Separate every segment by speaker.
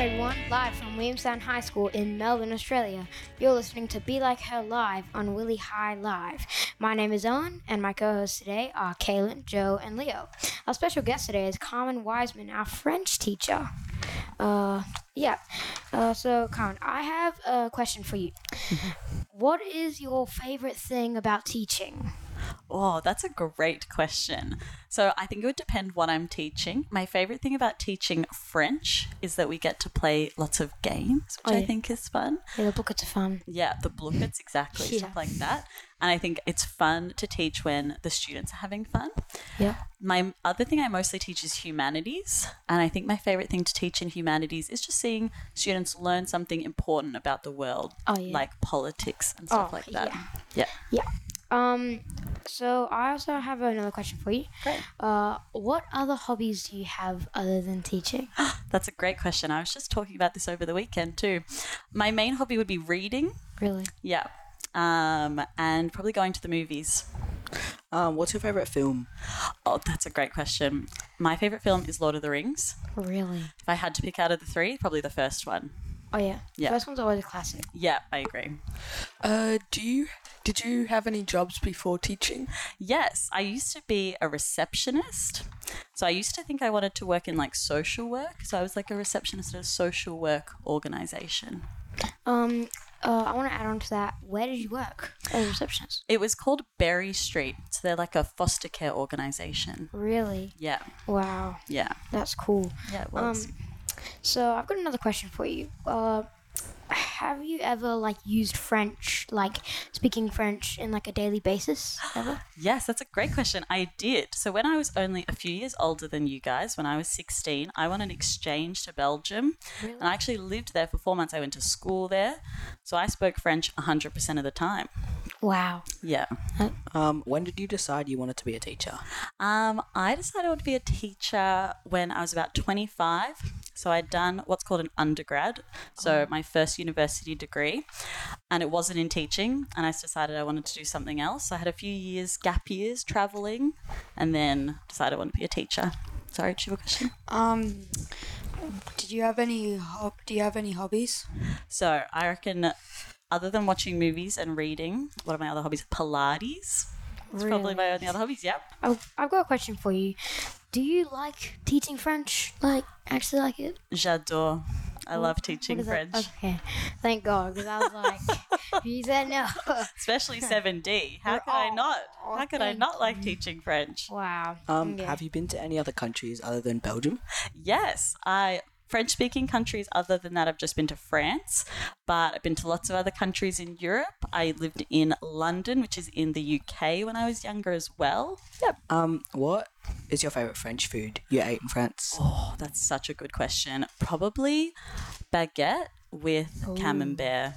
Speaker 1: everyone, live from Williamstown High School in Melbourne, Australia. You're listening to Be Like Her Live on Willie High Live. My name is Owen, and my co hosts today are Kaylin, Joe, and Leo. Our special guest today is Carmen Wiseman, our French teacher. Uh, yeah. Uh, so, Carmen, I have a question for you. what is your favorite thing about teaching?
Speaker 2: Oh, that's a great question. So I think it would depend what I'm teaching. My favorite thing about teaching French is that we get to play lots of games, which
Speaker 1: Oh,
Speaker 2: I
Speaker 1: yeah.
Speaker 2: think is fun.
Speaker 1: Yeah, the book of fun.
Speaker 2: Yeah, the blockets, exactly,
Speaker 1: Yeah.
Speaker 2: stuff like that. And I think it's fun to teach when the students are having fun.
Speaker 1: Yeah.
Speaker 2: My other thing I mostly teach is humanities. And I think my favorite thing to teach in humanities is just seeing students learn something important about the world,
Speaker 1: Oh, yeah.
Speaker 2: like politics and stuff
Speaker 1: Oh,
Speaker 2: like that.
Speaker 1: yeah.
Speaker 2: Yeah.
Speaker 1: Um, so I also have another question for you.
Speaker 2: Great.
Speaker 1: Uh, what other hobbies do you have other than teaching?
Speaker 2: That's a great question. I was just talking about this over the weekend too. My main hobby would be reading.
Speaker 1: Really?
Speaker 2: Yeah. Um, and probably going to the movies.
Speaker 3: Um, what's your favorite film?
Speaker 2: Oh, that's a great question. My favorite film is Lord of the Rings.
Speaker 1: Really?
Speaker 2: If I had to pick out of the three, probably the first one.
Speaker 1: Oh yeah.
Speaker 2: Yeah.
Speaker 1: First one's always a classic.
Speaker 2: Yeah, I agree.
Speaker 4: Uh, do you did you have any jobs before teaching?
Speaker 2: Yes, I used to be a receptionist. So I used to think I wanted to work in like social work. So I was like a receptionist at a social work organization.
Speaker 1: Um, uh, I want to add on to that. Where did you work as a receptionist?
Speaker 2: It was called Berry Street. So they're like a foster care organization.
Speaker 1: Really?
Speaker 2: Yeah,
Speaker 1: Wow,
Speaker 2: yeah.
Speaker 1: that's cool.
Speaker 2: Yeah, it
Speaker 1: Um,
Speaker 2: was.
Speaker 1: so I've got another question for you. Uh, have you ever like used French, like speaking French in like a daily basis ever?
Speaker 2: yes, that's a great question. I did. So when I was only a few years older than you guys, when I was 16, I went on exchange to Belgium. And I actually lived there for four months. I went to school there. So I spoke French 100% of the time.
Speaker 1: Wow.
Speaker 2: Yeah.
Speaker 3: Um, when did you decide you wanted to be a teacher?
Speaker 2: Um, I decided I would be a teacher when I was about 25. So I'd done what's called an undergrad, so
Speaker 1: Oh.
Speaker 2: my first university degree, and it wasn't in teaching. And I decided I wanted to do something else. I had a few years gap years traveling, and then decided I wanted to be a teacher. Sorry, do you have a question?
Speaker 5: Um, did you have any hob- do you have any hobbies?
Speaker 2: So I reckon, other than watching movies and reading, what are my other hobbies? Pilates. That's
Speaker 1: Really?
Speaker 2: probably my only other hobbies. Yep.
Speaker 1: Oh, I've got a question for you. Do you like teaching French? Like, actually like it?
Speaker 2: J'adore. I love teaching
Speaker 1: What is that?
Speaker 2: French,
Speaker 1: Okay, thank God, because I was like, he said no.
Speaker 2: especially 7D. How could I
Speaker 1: Oh,
Speaker 2: not?
Speaker 1: oh,
Speaker 2: How could I
Speaker 1: thank
Speaker 2: not like teaching French?
Speaker 1: Wow.
Speaker 3: Um,
Speaker 1: Okay.
Speaker 3: have you been to any other countries other than Belgium?
Speaker 2: Yes, I French speaking countries other than that I've just been to France, but I've been to lots of other countries in Europe. I lived in London, which is in the UK when I was younger as well. Yep.
Speaker 3: Um, what is your favorite French food you ate in France?
Speaker 2: Oh, that's such a good question. Probably baguette with camembert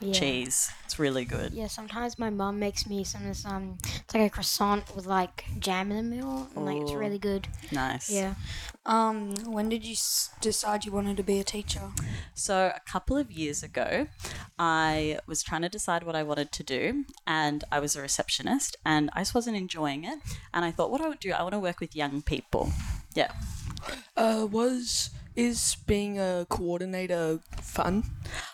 Speaker 1: Yeah.
Speaker 2: cheese. It's really good.
Speaker 1: Yeah, sometimes my mum makes me some this um, it's like a croissant with like jam in the middle, and like it's
Speaker 2: Oh.
Speaker 1: really good.
Speaker 2: Nice.
Speaker 1: Yeah.
Speaker 5: Um, when did you s- decide you wanted to be a teacher?
Speaker 2: So, a couple of years ago, I was trying to decide what I wanted to do, and I was a receptionist, and I just wasn't enjoying it. And I thought, what I would do, I want to work with young people. Yeah.
Speaker 4: Uh, was is being a coordinator fun?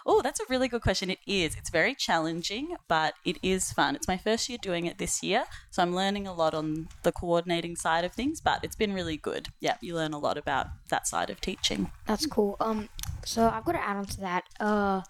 Speaker 2: Oh, that's a really good question. It is. It's very challenging, but it is fun. It's my first year doing it this year, so I'm learning a lot on the coordinating side of things, but it's been really good. Yeah, you learn a lot about that side of teaching.
Speaker 1: That's cool. Um, so I've got to add on to that. Uh,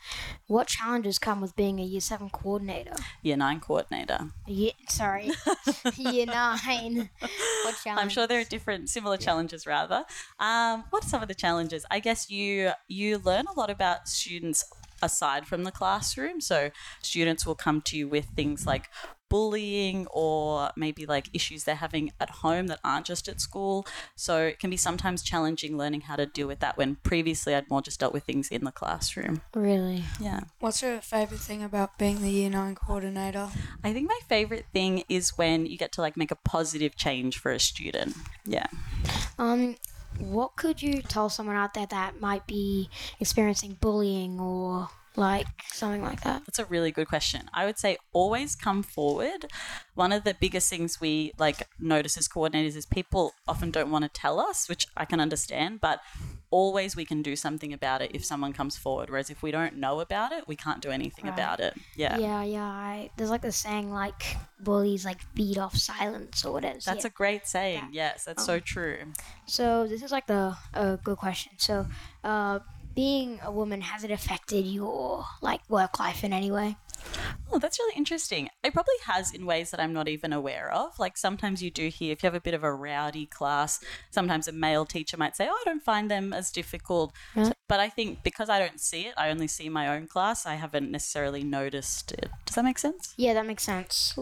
Speaker 1: what challenges come with being a year seven coordinator?
Speaker 2: Year nine coordinator.
Speaker 1: Yeah, sorry, year nine. What challenge?
Speaker 2: I'm sure there are different, similar challenges. Rather, um, what are some of the challenges? I guess you you learn a lot about students aside from the classroom. So students will come to you with things like bullying or maybe like issues they're having at home that aren't just at school. So it can be sometimes challenging learning how to deal with that when previously I'd more just dealt with things in the classroom.
Speaker 1: Really.
Speaker 2: Yeah.
Speaker 5: What's your favorite thing about being the year nine coordinator?
Speaker 2: I think my favorite thing is when you get to like make a positive change for a student. Yeah.
Speaker 1: Um, what could you tell someone out there that might be experiencing bullying or like something like that?
Speaker 2: That's a really good question. I would say always come forward. One of the biggest things we like notice as coordinators is people often don't want to tell us, which I can understand, but always we can do something about it if someone comes forward. Whereas if we don't know about it, we can't do anything about it. Yeah.
Speaker 1: Yeah, yeah. I, there's like the saying, like bullies like beat off silence or whatever.
Speaker 2: That's a great saying. Yes, that's so true.
Speaker 1: so this is like the uh, good question. So, uh, being a woman has it affected your like work life in any way?
Speaker 2: Oh, that's really interesting. It probably has in ways that I'm not even aware of. Like sometimes you do hear, if you have a bit of a rowdy class, sometimes a male teacher might say, Oh, I don't find them as difficult. So- but I think because I don't see it, I only see my own class, I haven't necessarily noticed it. Does that make sense?
Speaker 1: Yeah, that makes sense.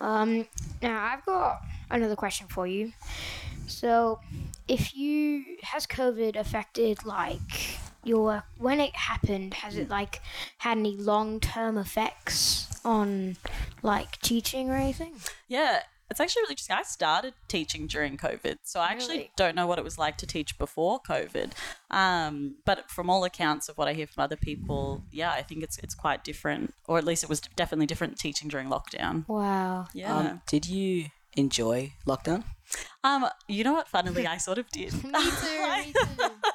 Speaker 1: Um, now I've got another question for you. So, if you has COVID affected like your work when it happened? Has it like had any long term effects on like teaching or anything?
Speaker 2: Yeah. It's actually really interesting. I started teaching during COVID, so I actually
Speaker 1: Really?
Speaker 2: don't know what it was like to teach before COVID. Um, but from all accounts of what I hear from other people, yeah, I think it's it's quite different, or at least it was definitely different teaching during lockdown.
Speaker 1: Wow.
Speaker 2: Yeah.
Speaker 3: Um, did you enjoy lockdown?
Speaker 2: Um, you know what? Funnily, I sort of did.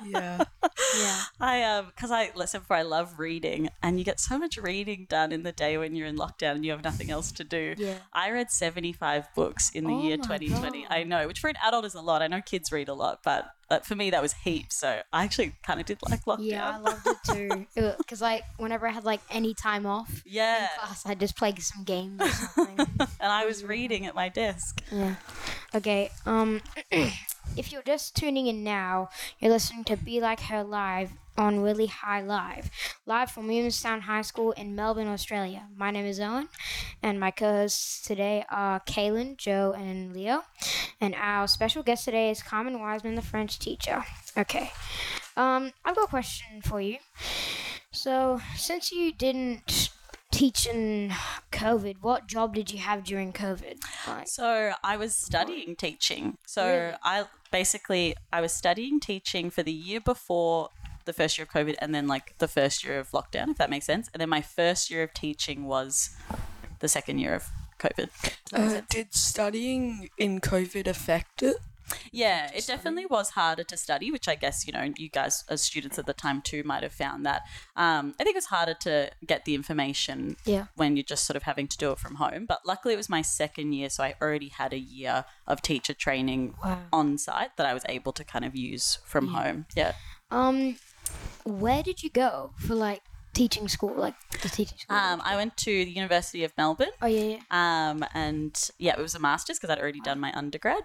Speaker 4: Yeah.
Speaker 1: Yeah.
Speaker 2: I um, because I listen for I love reading, and you get so much reading done in the day when you're in lockdown and you have nothing else to do.
Speaker 1: Yeah.
Speaker 2: I read 75 books in the
Speaker 1: Oh
Speaker 2: year
Speaker 1: my
Speaker 2: 2020.
Speaker 1: God.
Speaker 2: I know, which for an adult is a lot. I know kids read a lot, but uh, for me that was heaps. So I actually kind of did like lockdown.
Speaker 1: Yeah, I loved it too. Because like whenever I had like any time off
Speaker 2: Yeah.
Speaker 1: in class, I'd just play some games or something.
Speaker 2: and I was reading at my desk.
Speaker 1: yeah. Okay. Um, if you're just tuning in now, you're listening to Be Like Her live on Really High Live, live from Williamstown High School in Melbourne, Australia. My name is Owen, and my co-hosts today are Kaylin, Joe, and Leo. And our special guest today is Carmen Wiseman, the French teacher. Okay. Um, I've got a question for you. So, since you didn't teach in COVID, what job did you have during COVID? Like,
Speaker 2: So I was studying teaching. So
Speaker 1: Really?
Speaker 2: I basically I was studying teaching for the year before the first year of COVID and then like the first year of lockdown, if that makes sense. And then my first year of teaching was the second year of COVID.
Speaker 4: Uh, did studying in COVID affect it?
Speaker 2: Yeah, it definitely was harder to study, which I guess, you know, you guys as students at the time too might have found that. Um, I think it was harder to get the information
Speaker 1: Yeah.
Speaker 2: when you're just sort of having to do it from home. But luckily, it was my second year, so I already had a year of teacher training on site that I was able to kind of use from home. Yeah.
Speaker 1: um, where did you go for like teaching school? Like the teaching school?
Speaker 2: Um, I went to the University of Melbourne.
Speaker 1: oh yeah, yeah.
Speaker 2: Um, and yeah, it was a master's because I'd already done my undergrad.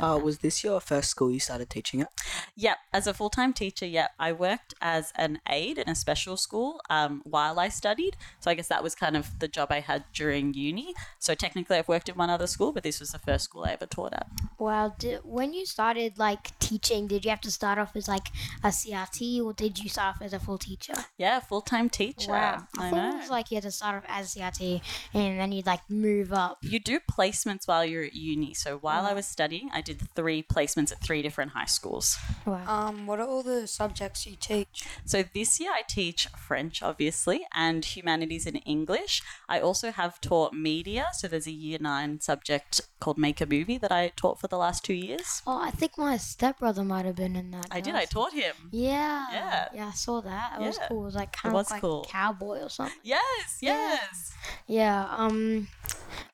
Speaker 3: Uh, was this your first school you started teaching at?
Speaker 2: Yep, as a full time teacher, yep. I worked as an aide in a special school um, while I studied. So I guess that was kind of the job I had during uni. So technically, I've worked at one other school, but this was the first school I ever taught at.
Speaker 1: Well, did, when you started like teaching, did you have to start off as like a CRT, or did you start off as a full teacher?
Speaker 2: Yeah, full time teacher.
Speaker 1: I,
Speaker 2: I
Speaker 1: thought
Speaker 2: know.
Speaker 1: it was like you had to start off as CRT, and then you'd like move up.
Speaker 2: you do placements while you're at uni. So while I was studying, I did three placements at three different high schools.
Speaker 1: Wow.
Speaker 5: Um, what are all the subjects you teach?
Speaker 2: So this year I teach French, obviously, and humanities and English. I also have taught media. So there's a year nine subject called Make a Movie that I taught for the last two years.
Speaker 1: Oh, I think my stepbrother might have been in that.
Speaker 2: I did.
Speaker 1: class.
Speaker 2: I taught him.
Speaker 1: Yeah.
Speaker 2: Yeah.
Speaker 1: Yeah, I saw that. It was
Speaker 2: Yeah.
Speaker 1: cool. It was like kind
Speaker 2: was
Speaker 1: of like
Speaker 2: cool.
Speaker 1: cowboy or something.
Speaker 2: Yes. Yes.
Speaker 1: Yeah. Um,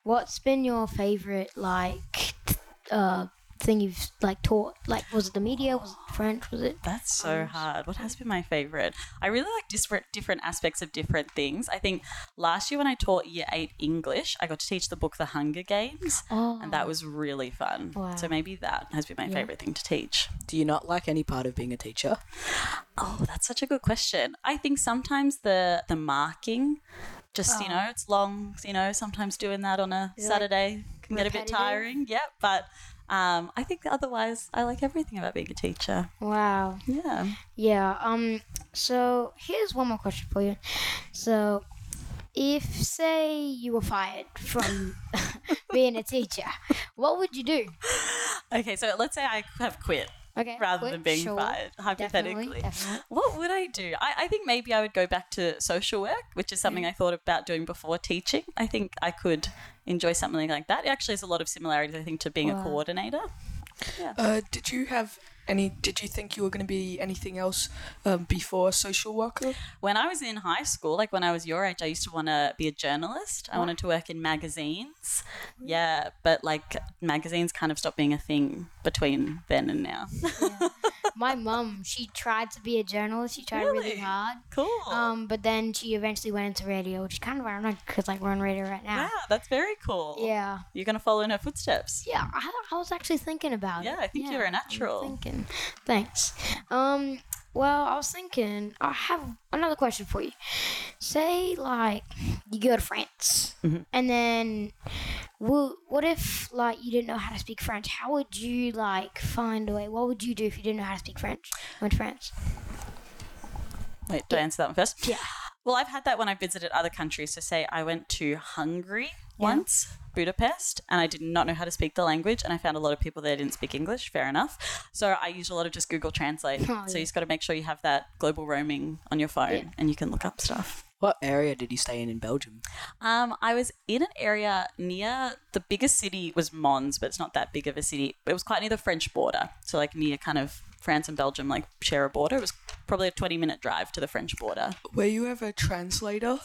Speaker 1: what's been your favorite like t- uh thing you've like taught? Like, was it the media? Was it French? Was it?
Speaker 2: That's so hard. What has been my favorite? I really like disparate, different aspects of different things. I think last year when I taught year eight English, I got to teach the book The Hunger Games,
Speaker 1: Oh.
Speaker 2: and that was really fun.
Speaker 1: Wow.
Speaker 2: So maybe that has been my favorite thing to teach.
Speaker 3: Do you not like any part of being a teacher?
Speaker 2: Oh, that's such a good question. I think sometimes the the marking, just you know, it's long. You know, sometimes doing that on a
Speaker 1: it, Oh. like,
Speaker 2: Saturday can get a bit
Speaker 1: repetitive?
Speaker 2: tiring. Yep, but um, I think otherwise, I like everything about being a teacher.
Speaker 1: Wow.
Speaker 2: Yeah.
Speaker 1: Yeah. Um. So here's one more question for you. So, if say you were fired from being a teacher, what would you do?
Speaker 2: Okay, so let's say I have quit
Speaker 1: Okay.
Speaker 2: rather
Speaker 1: quit,
Speaker 2: than being
Speaker 1: sure,
Speaker 2: fired, hypothetically.
Speaker 1: Definitely, definitely.
Speaker 2: What would I do? I, I think maybe I would go back to social work, which is something I thought about doing before teaching. I think I could enjoy something like that. It actually has a lot of similarities, I think, to being a coordinator.
Speaker 4: Uh, did you have any? Did you think you were going to be anything else um, before a social worker?
Speaker 2: when I was in high school, like when I was your age, I used to want to be a journalist. I wanted to work in magazines. Yeah, but like magazines kind of stopped being a thing between then and now.
Speaker 1: My mum, she tried to be a journalist. She tried really,
Speaker 2: Really?
Speaker 1: hard.
Speaker 2: cool.
Speaker 1: Um, but then she eventually went into radio, which is kind of ironic because like we're on radio right now.
Speaker 2: wow, that's very cool.
Speaker 1: Yeah.
Speaker 2: You're going to follow in her footsteps.
Speaker 1: Yeah, I, I was actually thinking about
Speaker 2: Yeah,
Speaker 1: it.
Speaker 2: I think you're a natural.
Speaker 1: Thinking. Thanks. Um, well, I was thinking, I have another question for you. Say, like, you go to France,
Speaker 2: Mm-hmm.
Speaker 1: and then wo- what if, like, you didn't know how to speak French? How would you, like, find a way? What would you do if you didn't know how to speak French? Went to France.
Speaker 2: Wait, do I answer that one first?
Speaker 1: Yeah.
Speaker 2: Well, I've had that when I visited other countries. So, say I went to Hungary once, Budapest, and I did not know how to speak the language, and I found a lot of people there didn't speak English. Fair enough. So I use a lot of just Google Translate.
Speaker 1: Oh,
Speaker 2: so
Speaker 1: yeah.
Speaker 2: you just got to make sure you have that global roaming on your phone, and you can look up stuff.
Speaker 3: What area did you stay in in Belgium?
Speaker 2: Um, I was in an area near the biggest city was Mons, but it's not that big of a city. It was quite near the French border, so like near kind of France and Belgium, like share a border. It was probably a twenty-minute drive to the French border.
Speaker 4: Were you ever a translator?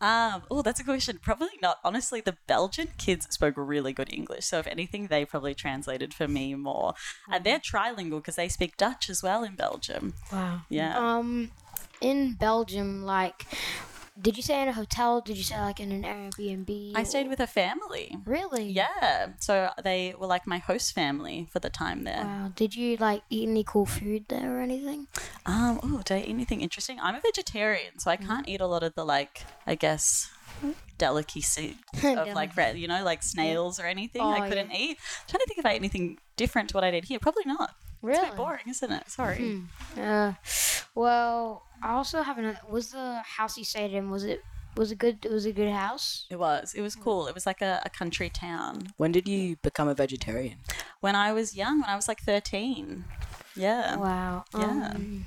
Speaker 2: Um, oh, that's a good question. Probably not. Honestly, the Belgian kids spoke really good English. So, if anything, they probably translated for me more. And they're trilingual because they speak Dutch as well in Belgium.
Speaker 1: Mm. Wow.
Speaker 2: Yeah.
Speaker 1: Um, in Belgium, like, did you stay in a hotel? Did you stay, like, in an Airbnb?
Speaker 2: I stayed with a family.
Speaker 1: Really?
Speaker 2: Yeah. So, they were like my host family for the time there.
Speaker 1: Wow. Did you, like, eat any cool food there or anything?
Speaker 2: Um, oh, did I eat anything interesting? I'm a vegetarian, so I
Speaker 1: Mm.
Speaker 2: can't eat a lot of the like, I guess, delicacy of like, re- you know, like snails or anything.
Speaker 1: Oh,
Speaker 2: I couldn't eat. I'm trying to think if I ate anything different to what I did here. Probably not. It's a bit boring, isn't it? Sorry.
Speaker 1: Uh, well, I also have another. Was the house you stayed in? Was it was a good was it a good house?
Speaker 2: It was. It was cool. It was like a, a country town.
Speaker 3: When did you become a vegetarian?
Speaker 2: When I was young, when I was like 13. Yeah.
Speaker 1: Wow.
Speaker 2: Yeah.
Speaker 1: Um,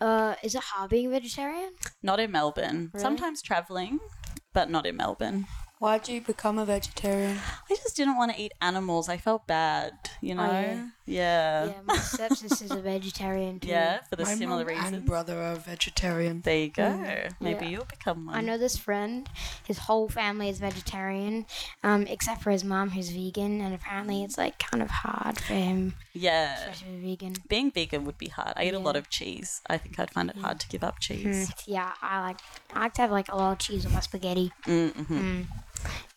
Speaker 1: uh, is it hard being vegetarian?
Speaker 2: Not in Melbourne. Sometimes traveling, but not in Melbourne.
Speaker 5: Why'd you become a vegetarian?
Speaker 2: I just didn't want to eat animals. I felt bad, you know?
Speaker 1: Oh, yeah.
Speaker 2: yeah.
Speaker 1: Yeah, my stepsister is a vegetarian too.
Speaker 2: Yeah, for the
Speaker 4: My
Speaker 2: similar
Speaker 4: mum
Speaker 2: reasons.
Speaker 4: and brother are vegetarian.
Speaker 2: There you go. Maybe
Speaker 1: Mm. Yeah.
Speaker 2: you'll become one.
Speaker 1: I know this friend. His whole family is vegetarian, um, except for his mom, who's vegan, and apparently it's like kind of hard for him,
Speaker 2: Yeah.
Speaker 1: especially vegan.
Speaker 2: Being vegan would be hard. I eat a lot
Speaker 1: Yeah.
Speaker 2: of cheese. I think I'd find it hard to give up cheese.
Speaker 1: Mm, Yeah, I like I like to have like a lot of cheese on my spaghetti.
Speaker 2: Mm-hmm.
Speaker 1: Mm.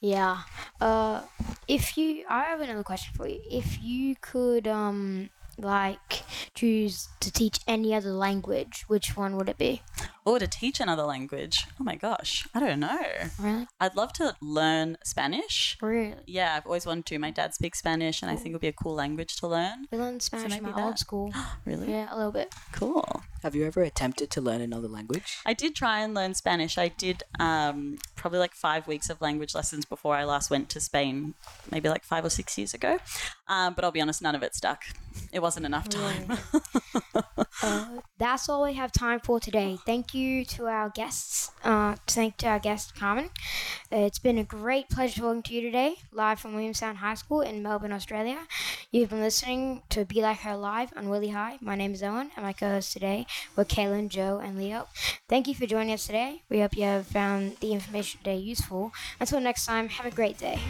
Speaker 1: Yeah. Uh, if you, I have another question for you. If you could, um, like choose to teach any other language, which one would it be?
Speaker 2: Or to teach another language. Oh my gosh. I don't know.
Speaker 1: Really?
Speaker 2: I'd love to learn Spanish.
Speaker 1: Really?
Speaker 2: Yeah, I've always wanted to. My dad speaks Spanish, and I think it would be a cool language to learn.
Speaker 1: We learned Spanish in
Speaker 2: maybe
Speaker 1: my old
Speaker 2: that.
Speaker 1: school.
Speaker 2: Really
Speaker 1: Yeah, a little bit.
Speaker 2: cool.
Speaker 3: Have you ever attempted to learn another language?
Speaker 2: I did try and learn Spanish. I did um, probably like five weeks of language lessons before I last went to Spain, maybe like five or six years ago. Um, but I'll be honest, none of it stuck. It wasn't enough time.
Speaker 1: That's all we have time for today. Thank you to our guests. Uh, thank to our guest Carmen. Uh, It's been a great pleasure talking to you today, live from Williamstown High School in Melbourne, Australia. You've been listening to Be Like Her live on Willie High. My name is Owen, and my co-hosts today were Kaylin, Joe, and Leo. Thank you for joining us today. We hope you have found the information today useful. Until next time, have a great day.